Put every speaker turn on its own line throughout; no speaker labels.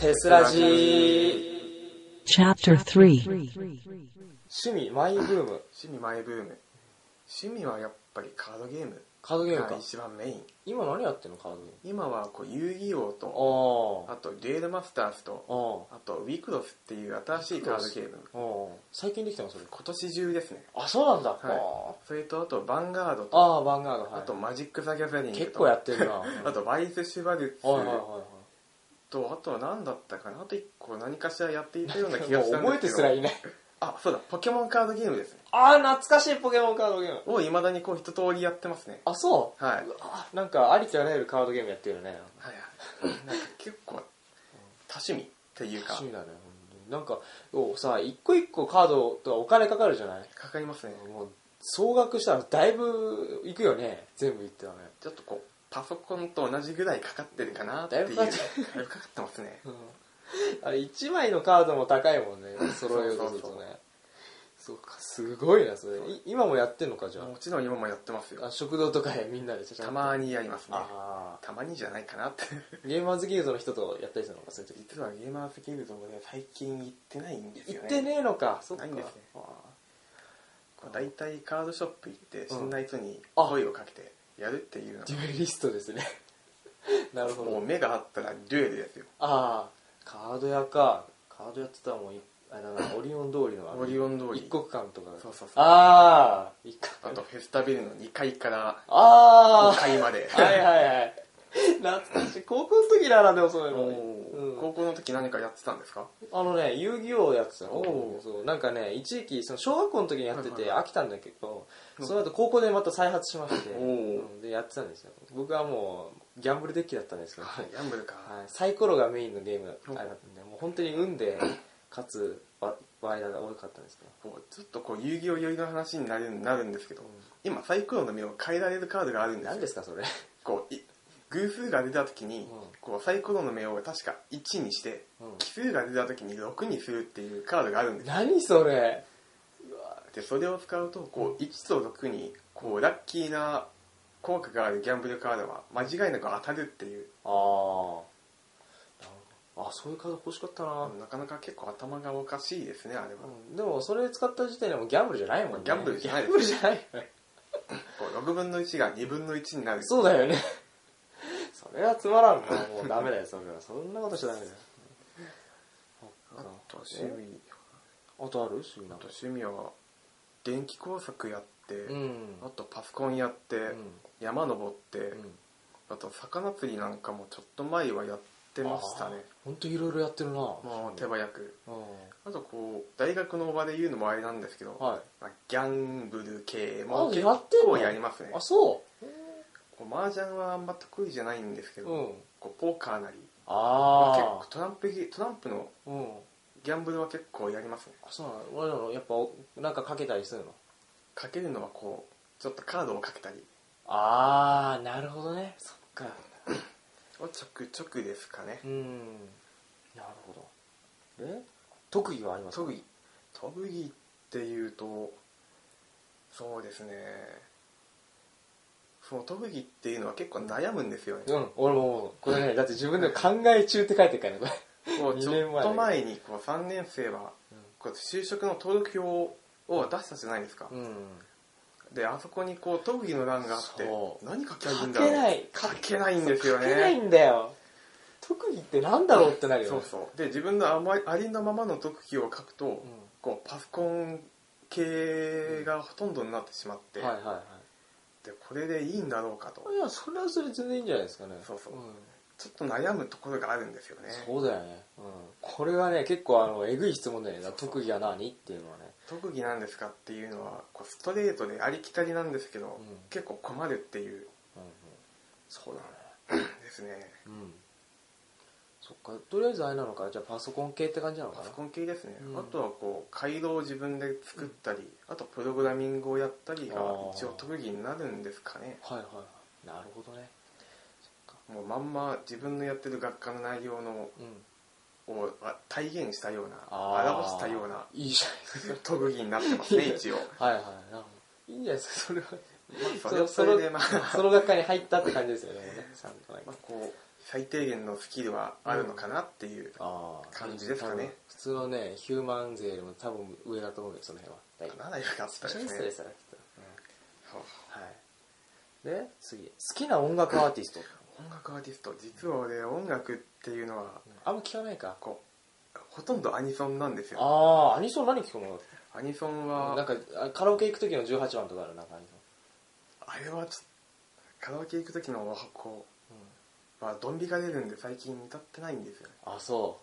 テスラジー
Chapter 3
趣味マイブーム
趣味マイブーム趣味はやっぱりカードゲーム
カードゲーム
が
か
一番メイン
今何やってんのカードゲーム
今はこう遊戯王と
あ
あとデュエルマスターズと
あ
あとウィクロスっていう新しいカードゲーム
ああ最近できたのそれ
今年中ですね
あそうなんだ、
はそれとあとヴァンガード
あ
と
あああバンガード、はい、
あとマジック・ザ・ギャザリングと
結構やってるな
あとバイス・シュバルツ
はいはいは
とあとは何だったかなあと1個何かしらやっていたようない
はい
気
もう
がしたん
覚え
で
て
す
す
け
ら
ど
いない
あそうだポケモンカードゲームですね
ああ懐かしいポケモンカードゲーム
をいまだにこう一通りやってますね
あそう
はいう
わなんかありとあらゆるカードゲームやってるよね
はいはいなんか結構多趣味っていうか
趣味だね本当になんかおさ一個一個カードとかお金かかるじゃない
かかりますね
もう総額したらだいぶいくよね全部いってたね
ちょっとこうパソコンと同じぐらいかかってるかなっていう
だいぶ
だ
か
い
かっ
ぶ
て
かかってますね
あれ1枚のカードも高いもんね揃えようとすると
そうそう
ねそうかすごいなそれい今もやってんのかじゃ
もちろん今もやってます
ああ
よ
食堂とかへみんなでちょっと
たまにやりますね
あ
たまにじゃないかなって
あゲーマーズギルドの人とやったりするのかそういう時
実はゲーマーズギルドもね最近行ってないんです
行
よね
ってねえのかそっか
ないんですね
あ
こう大体カードショップ行って
ん
死んだ人に
あ
声をかけてやるっていうの
デュエリスト ですねなるほど
もう目が合ったらデュエルですよ
ああカード屋かカードやってたらもういあれだなオリオン通りのあれ
オリオン通り
一国館とか
そうそうそう
ああ一
あ
国
と
館
フェスタビルの2階から
ああ
5階まで
はいはいはい懐かしい高校の時だなでもそういうの、
おー
うん
高校の時何かやってたんですか
あのね遊戯王やってたの
おう
そうなんかね一時期その小学校の時にやって
は
て
いはいは
飽きたんだけど、
うん
その後高校でまた再発しまして、
おう
うんでやってたんですよ僕はもうギャンブルデッキだったんですけど、
ギャンブルか
はい、サイコロがメインのゲームだっ
うん
たんで、もう本当に運で勝つば場合が多かったんですけど。
こうちょっとこう遊戯王寄りの話になるなるんですけど、今サイコロの目を変えられるカードがあるんです
何
よ
ですか、それ。
こうい偶数が出た時に、
ん
こうサイコロの目を確か1にして、
うん
奇数が出た時に6にするっていうカードがあるんですよ
何それ
でそれを使うとこう1と6にこうラッキーな効果があるギャンブルカードは間違いなく当たるっていう、
ああ。あ、そういうカード欲しかったな。
なかなか結構頭がおかしいですねあれは、
うんでも、それ使った時点でもうギャンブルじゃないもんね。
ギャンブルじゃない
ギャンブルじゃない。
こう6分の1が2分の1になる
そうだよね。 それはつまらんな。もうダメだよ、それは。そんなことしちゃダメだよ。
あと趣味
あとある趣味な
あ
ん
と
か
趣味は電気工作やって、
うん。
あとパソコンやって、
ん
山登って、
うん
あと魚釣りなんかもちょっと前はやってましたね
あーほんといろいろやってるな。
もう手早く
う
あとこう大学の場で言うのもあれなんですけど、
んはい。
まあギャンブル系
あ
も結
やってんの
構やりますね
あそ
こう麻雀はあんま得意じゃないんですけ
う
ど、
うん
こうポーカーなりまあ結
あ
構トランプ系トランプの
あうん
ギャンブルは結構やりますね
あそうなの俺らのやっぱなんかかけたりするの
かけるのはこうちょっとカードをかけたり
ああなるほどねそっか
をちょくちょくですかね、
うんなるほどえ特技はありますか
特技特技っていうとそうですねその特技っていうのは結構悩むんですよね
うん俺も思うこれねだって自分でも考え中って書いてるからねこれ
こうち
2年前
ょっと前にこう3年生は
うん
こう就職の登録表を出したじゃないですか、
うん
であそこにこう特技の欄があって
そう
何書きゃいい
か
んだろう
けない
書けないんですよ
かけない
ね
んだよ特技ってなんだろうってなるよ
そう
ね
そうで自分のあまりありのままの特技を書くと、こうパソコン系がほとんどになってしまって、
うんはいはいは
でこれでいいんだろうかと
いいやそれはそれ全然いいんじゃないですかね
そうそうんちょっと悩むところがあるんですよね
そうだよね、うん、これはね結構あのえぐい質問だよね
そうそう
特技は何っていうのはね
特技なんですかっていうのはこうストレートでありきたりなんですけど、
うん
結構困るっていう
うんうんそうだね
ですね
うんそっかとりあえずあれなのかじゃあパソコン系って感じなのか
パ
な
ソコン系ですね、
うん
あとはこう回路を自分で作ったり、あとプログラミングをやったりが
あー
一応特技になるんですかね
はいはいはいなるほどね
もうまんま自分のやってる学科の内容の
うん
をあ体現したような
あー
表したようない
いじゃないです
特技になってますね一応、ま
かはいはいなるほどいいんじゃないですかそれは
あ、それはそれでまあ、
その学科に入ったって感じですよねもうねさんとなんか
まあ、こう最低限のスキルはあるのかなっていう、
ああ
感じですかね
多分普通のねヒューマン勢よりも多分上だと思うよその辺は大
かな大学あった
ス
ですね
ペシャリストですからきっ
そう
と、はいで次好きな音楽アーティスト
音楽アーティスト実は俺音楽っていうのは
あんま聞かないか
こうほとんどアニソンなんですよ
ああアニソン何聞くの
アニソン
なん
は
かあカラオケ行く時の18番とかあるなんかアニソン
あれはちょっとカラオケ行く時のこうまあドン引かれるんで最近歌ってないんですよね
あそ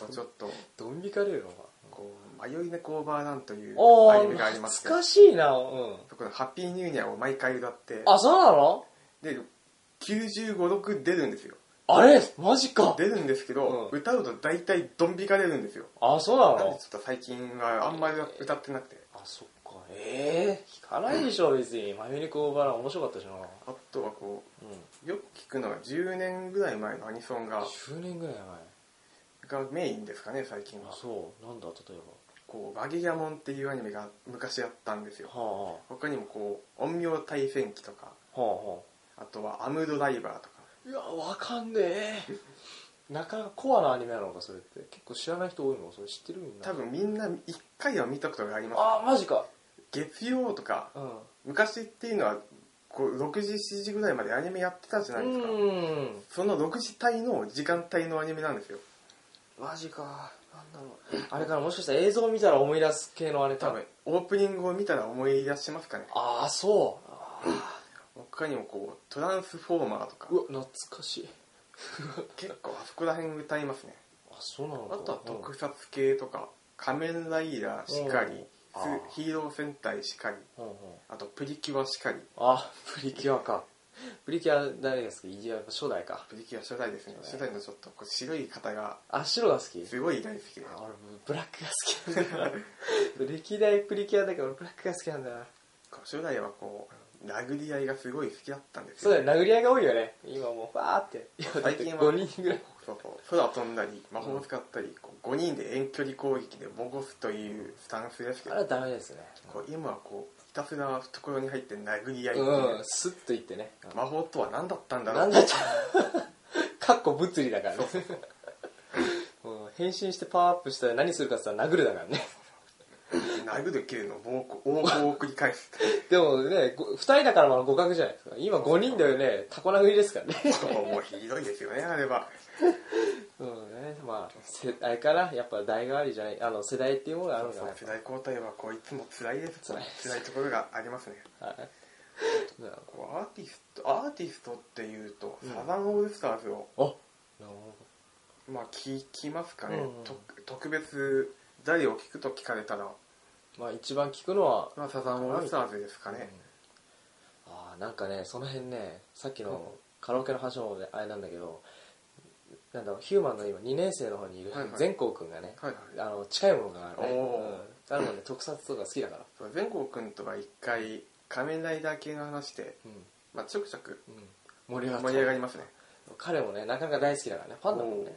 う
まあちょっと
ドン引かれるのか
こう迷い猫オーバーなんという
お
ア
ー
ニメがありまして
懐かしいなうん
そこのハッピーニューニャーを毎回歌って
あそうなの
で95、6出るんですよ
あれマジか
出るんですけど、
うん
歌うと大体ドン引かれるんですよ
あそうな
なんで
の
ちょっと最近はあんまり歌ってなくて
あそっかええ聞かないでしょ別にマミリクオーバーラン面白かったしなう
あとはこ
ん
うよく聞くのは10年ぐらい前のアニソンが
10年ぐらい前
がメインですかね最近
あ
は
そうなんだ例え
こう「バゲギャモン」っていうアニメが昔あったんですよ
ばは
他にもこう「陰陽対戦記」とか
あはあは
あとは「アムドライバー」とか
あいやわかんねえなかなかコアなアニメなのかそれって結構知らない人多いのそれ知ってるみんな
多分みんな一回は見たことがありま
あマジか
す月曜とか
うん
昔っていうのはこう6時7時ぐらいまでアニメやってたじゃないですか
うん
その6時帯の時間帯のアニメなんですよ
マジかなんだろうあれからもしかしたら映像見たら思い出す系のあれ
多
多分
分オープニングを見たら思い出しますかね
ああそうあ
他にもこう「トランスフォーマー」とか
ーうわ懐かしい
結構あそこら辺歌いますね
あそうなのか
あとは
うん
特撮系とか「仮面ライダー」しかり
うん
ス
あー
ヒーロー戦隊しかり
うんうん
あと「プリキュア」しかり
あプリキュアかプリキュア誰が好きいややっぱ初代か
プリキュア初代ですね初代のちょっとこう白い方が
あ白が好き
すごい大好きで
あ俺ブラックが好きなんだよな歴代プリキュアだから俺ブラックが好きなんだよな
初代はこう殴り合いがすごい好きだったんです
そう
よ
だよ殴り合いが多いよね今もうわーって今だって
最近は
5人ぐらい
そうそう空飛んだり魔法を使ったり、こう5人で遠距離攻撃でボコすというスタンスですけ
あれは
ど
ダメですね
こう今はこうひたすら懐に入って殴り合いっていう、
うんスッといってね
魔法とは何だったんだろ
な
うん
だっちゃかっこ物理だからねうん変身してパワーアップしたら何するかって言ったら殴るだからね
殴る蹴るの暴行暴行を繰り返す
でもねご二人だからまだ互角じゃないですか今5人だよねタコ殴りですからね
そうもうひどいですよねあれは
うんねまあ世代からやっぱ代替わりじゃないあの世代っていうものがあるのか
そう
な
世代交代はこういつも辛いです
辛いです
辛いところがありますね
はいな
こうアーティストアーティストっていうと、
うん
サザンオールスターズを
あなるほ
まあ聞きますかね、
うんうん
と特別誰を聞くと聞かれたら、
どまあ一番聞くのは
まあ、サザンオールスターズですかね、
うんああなんかねその辺ねさっきのカラオケの話もあれなんだけどなんだろうヒューマンの今2年生の方にいる
はいはい
全光くんがね、
はいはい
あの近いものがあるね、
お
う
ー
ん、あるもんね特撮とか好きだから
そう全光君とは一回仮面ライダー系の話で、
うん、
まあ、ちょくちょく
うん、盛り上がった
盛り上がりますね
彼もねなかなか大好きだからねファンだもんね、うん、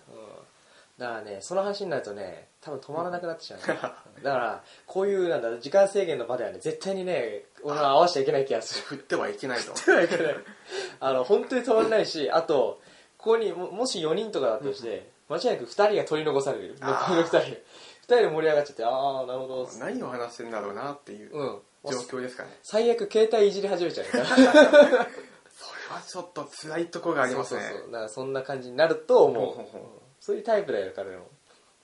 だからねその話になるとね多分止まらなくなってしまう、ね、 だからこういうなんだ時間制限の場ではね絶対にね俺は合わせちゃいけない気がする
振ってはいけないと
ってはいけないあの本当に止まらないしあとここにももし4人とかだとして間違いなく2人が取り残される
あ
残り
ー
の2人2人で盛り上がっちゃってああなるほど
何を話してるんだろうなっていう
うん
状況ですかね、
最悪携帯いじり始めちゃうから
それはちょっと辛いとこが ありますね
そうそうそうだからそんな感じになると思う
ほうほうほう
うんそういうタイプだよ彼らも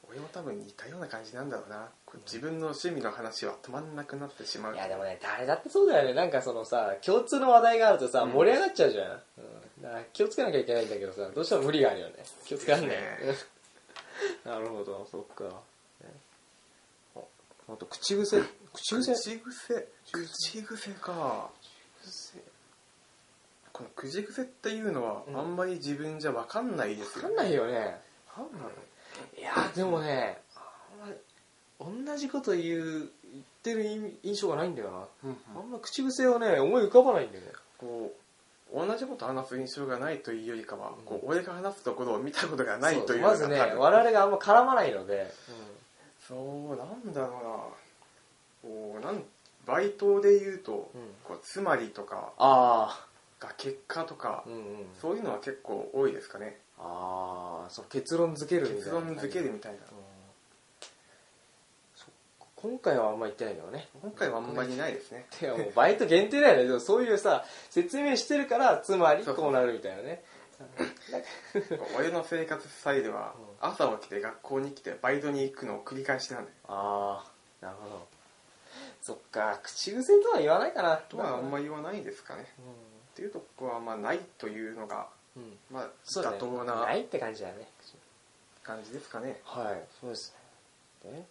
俺も多分似たような感じなんだろうなこう自分の趣味の話は止まんなくなってしまう
いやでもね誰だってそうだよねなんかそのさ共通の話題があるとさ盛り上がっちゃうじゃん、うんだから気をつけなきゃいけないんだけどさどうしても無理があるよね気をつけらんない、
で
なるほどそっか、ねああと口癖口癖
口癖口癖かこの口癖っていうのは
うん
あんまり自分じゃ分かんないです
分
よ
かんないよねいやでもねあんまり同じこと言う言ってる印印象がないんだよな、
うんうん
あんま口癖をね思い浮かばないんだよね
こう同じこと話す印象がないというよりかは
うん
こう俺が話すところを見たことがないというの
そまず
が
ね
多分
我々があんま絡まないので、
そうなんだろうなこうなんバイトで言うと
うん
こうつまりとか
ああ
が結果とか、
うんうん
そういうのは結構多いですかね
ああそう結論付けるみたいな
結論付けるみたいな
うんそっか今回はあんま言ってないけどね
今回はあんまりないですね
てかもうバイト限定だよねでも そういうさ説明してるからつまり
そうそう
こうなるみたいなね
俺の生活スタイルは朝起きて学校に来てバイトに行くのを繰り返しなんだよ
ああなるほどそっか口癖とは言わないかな
とはあんまり言わないですかねっていうとこはまあないというのが
うん、うん、
まあ
そうだ、ね、
妥当な
ないって感じだね
感じですかね
はいそうですねで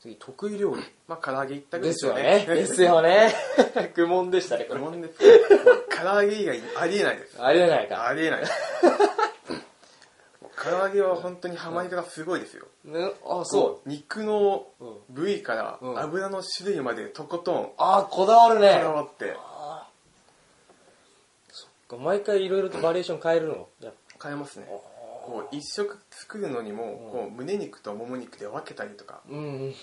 次得意料理
まあ唐揚げ一択
ですよねですよね 愚問でしたねこ
疑
れ
問ですよ もう唐揚げ以外ありえないです
ありえないか
ありえない もう唐揚げは本当にハマり方すごいですよ、
ね、あそう
肉の
う、うん、
部位から
うん
油の種類までとことんこ
ああこだわるね
だわって
あーそっか毎回いろいろとバリエーション変えるのやっ
変えますねこう一食作るのにもこう胸肉ともも肉で分けたりとか
うんうん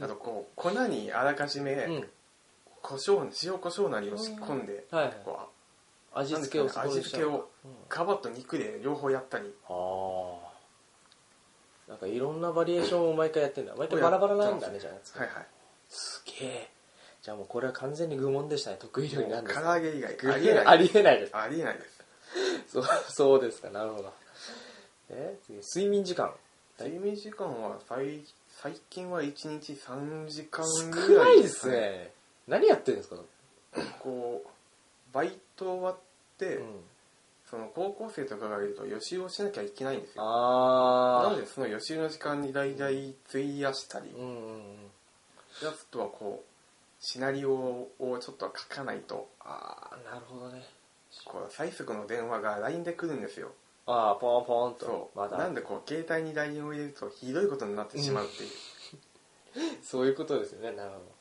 あとこう粉にあらかじ
う
め
ん
胡椒塩胡椒なりを仕込んで
うんはい
こう
味付けを
なんですかね味付けを皮と肉で両方やったり
ああなんかいろんなバリエーションを毎回やってんだ毎回バラバラなんだねじゃあ
はいはい
すげえじゃあもうこれは完全に愚問でしたね得意料理なんです
唐
ね
揚げ以外あ
あ
り
り
え
え
な
ないいです
ありえないです
そうそうですかなるほどえ次睡眠時間
睡眠時間は最最近は1日3時間
少
ぐら
ないいですね何やってるんですか
こうバイト終わって、
うん
その高校生とかがいると予習をしなきゃいけないんですよな
あ
のでその予習の時間に大体費やしたり
あうんうんうん
やつとはこうシナリオをちょっと書かないと
ああなるほどね
こう最速の電話が LINE で来るんですよ
ああポンポンと
そう、
まだ
なんでこう携帯に LINE を入れるとひどいことになってしまうっていう、
そういうことですよねなるほど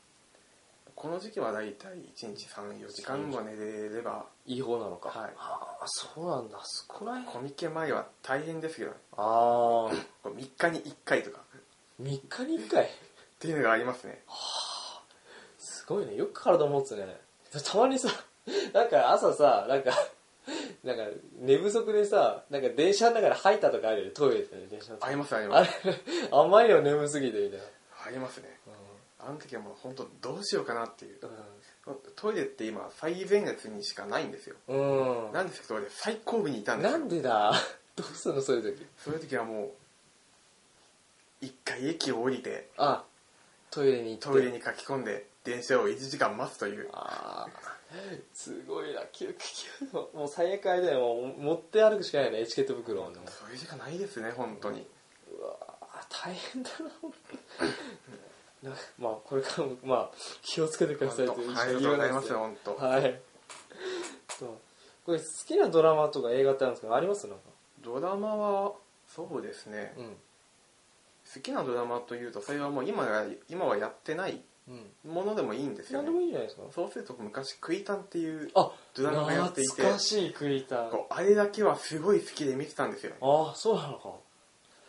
この時期は大体1日34時間も寝れれば
いい方なのか
はい
ああそうなんだ少ない
コミケ前は大変ですけど、ね、
ああ
こう3日に1回とかっ
3日に1回
ていうのがありますね
すごいねよく体持つねたまにさなんか朝さなんかなんか寝不足でさなんか電車の中で吐いたとかあるよねトイレでね電車の
あ
中
りますあり
あ
ま
れ
す
あまりにも眠すぎてみたい
ありますねあの時はもう本当どうしようかなっていう
な
トイレって今最前列にしかないんですよ
うん、うん
なんですけど俺最後部にいたんです
な
よ
んでだ どうすんのそういう時
そういう時はもう一回駅を降りて
あトイレに行って
トイレに書き込んで電車を1時間待つという
ああすごいな救急救急もう最悪あれだよもう持って歩くしかないよねエチケット袋をね
そういう時間ないですね本当に
うわー大変だな本当になまあこれからもまあ気をつけてくださいと
本
いう
当はいありがとうございます本当
はいそうこれ好きなドラマとか映画ってあるんですかありますなんか
ドラマはそうですね
うん
好きなドラマというとそれはもう今が今はやってない
うん
ものでもいいんですよ
何
ね
でもいいじゃないですか
そうすると昔「クイタン」っていう
あ
ドラマがやっていて
懐かしいクリーター
こうあれだけはすごい好きで見てたんですよ
ああそうなのか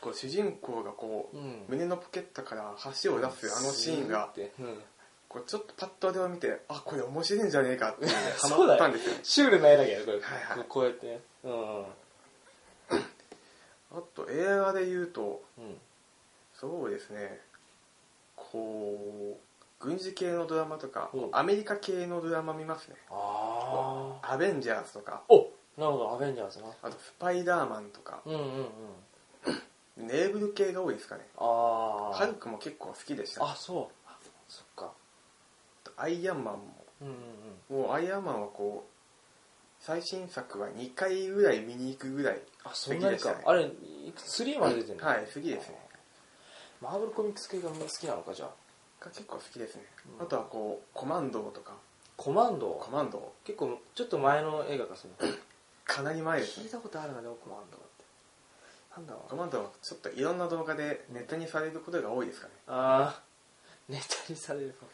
こう主人公がこう、
うん
胸のポケットから箸を出すあのシーンが
スーッてうん
こうちょっとパッとあれを見てあこれ面白いんじゃねえかっていうのでハ
そう
マっ
だ
た
よ
んですよ
シュールな絵だけどこれ、
はいはい
こうやってねうん
あと映画で言うと
うん
そうですねこう軍事系のドラマとか
うん
アメリカ系のドラマ見ますね
ああ
アベンジャーズとか
おなるほどアベンジャーズな
あとスパイダーマンとか
うんうんうん
ネーブル系が多いですかね
あ
ハルクも結構好きでしたね
あそうそっか
アイアンマンも
うんうん
もうアイアンマンはこう最新作は2回ぐらい見に行くぐらい
あそんなに
好きでした
か、
ね
あれいくつ3まで出てるの
はい好きですね
マーブルコミックス系が好きなのかじゃあ
が結構好きですね、
うん
あとはこうコマンドとか
コマンド
コマンド
結構ちょっと前の映画かその
かなり前です
聞い
ね
たことあるなでもコマンドってなんだろ
コ
う
マンドはちょっといろんな動画でネットにされることが多いですかね
ああネタにされるか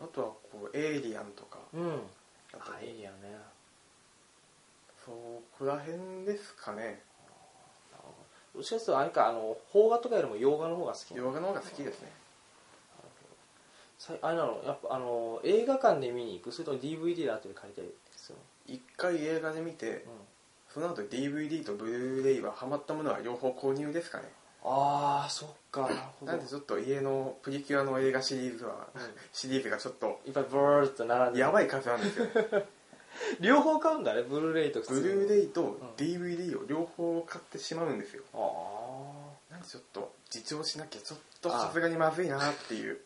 あとはこうエイリアンとか
うん
あと
あいいよね
そこら辺ですかね
どっちかというとあれかあの邦画とかよりも洋画の方が好きなの
洋画の方が好きですね
そさあれなのやっぱあの映画館で見に行くそれとも DVD で後で借りたりする
一回映画で見て、
の、うん、
その後 DVD とブルーレイはハマったものは両方購入ですかね
ああそっかなるほど
なんでちょっと家のプリキュアの映画シリーズは、
うん
シリーズがちょっと
いっぱいブーっと並んで
やばい数なん ですよね
両方買うんだねブルーレイと普
ブ
通
ルー
イ
レイと DVD を両方買ってしまうんですよ
ああ
なんでちょっと自重しなきゃちょっとさすがにまずいなっていう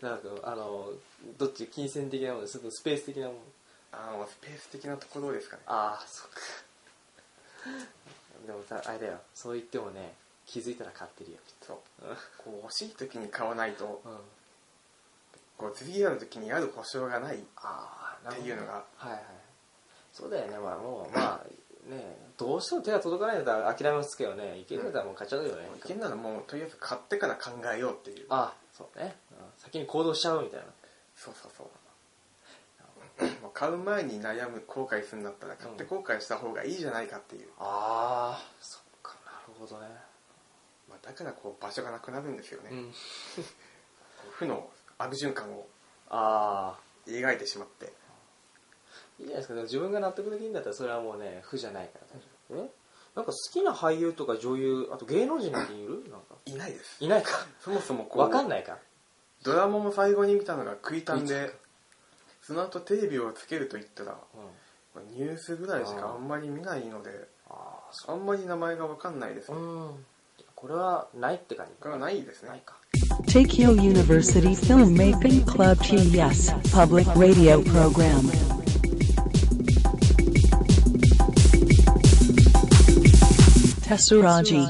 なんかあのどっち金銭的なものそれともスペース的なもの
あのスペース的なところですかね
ああそっか でもさあれだよそう言ってもね気づいたら買ってるよきっ
そう
とうん
こう欲しい時に買わないと
あ
こう次の時にある保証がない
あなるほど
っていうのが
はいはいそうだよねまあもうまあねどうしても手が届かないんだったら諦めますけどねいけるんだったらもう買っちゃうよね、
いけんならもうとりあえず買ってから考えようっていう
ああそうね、うん先に行動しちゃうみたいな
そうそうそうもう買う前に悩む後悔するんだったら買って後悔した方がいいじゃないかっていう、
ああそっかなるほどね
まあ、だからこう場所がなくなるんですよ
う
ね、こ
ん
う負の悪循環を
ああ
描いてしまって
いいじゃないですかでも自分が納得できるんだったらそれはもうね負じゃないから大丈夫えなんか好きな俳優とか女優あと芸能人なんているなんか
いないです
いないか
そもそもこ
わかん
う
ないか
ドラマも最後に見たのが食いたん
い
でその後テレビをつけると言った
う
ら
ん
まあニュースぐらいしかあんまり見ないので
ああそ
あんまり名前がわかんないです
ううんこれはないって感じ
がないです
ない
ね
か
Tokyo University Filmmaking Club TES Public Radio Program. Tessuraji.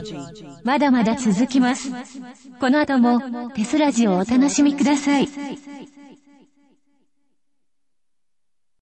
まだまだ続きます。この後もテスラジをお楽しみください。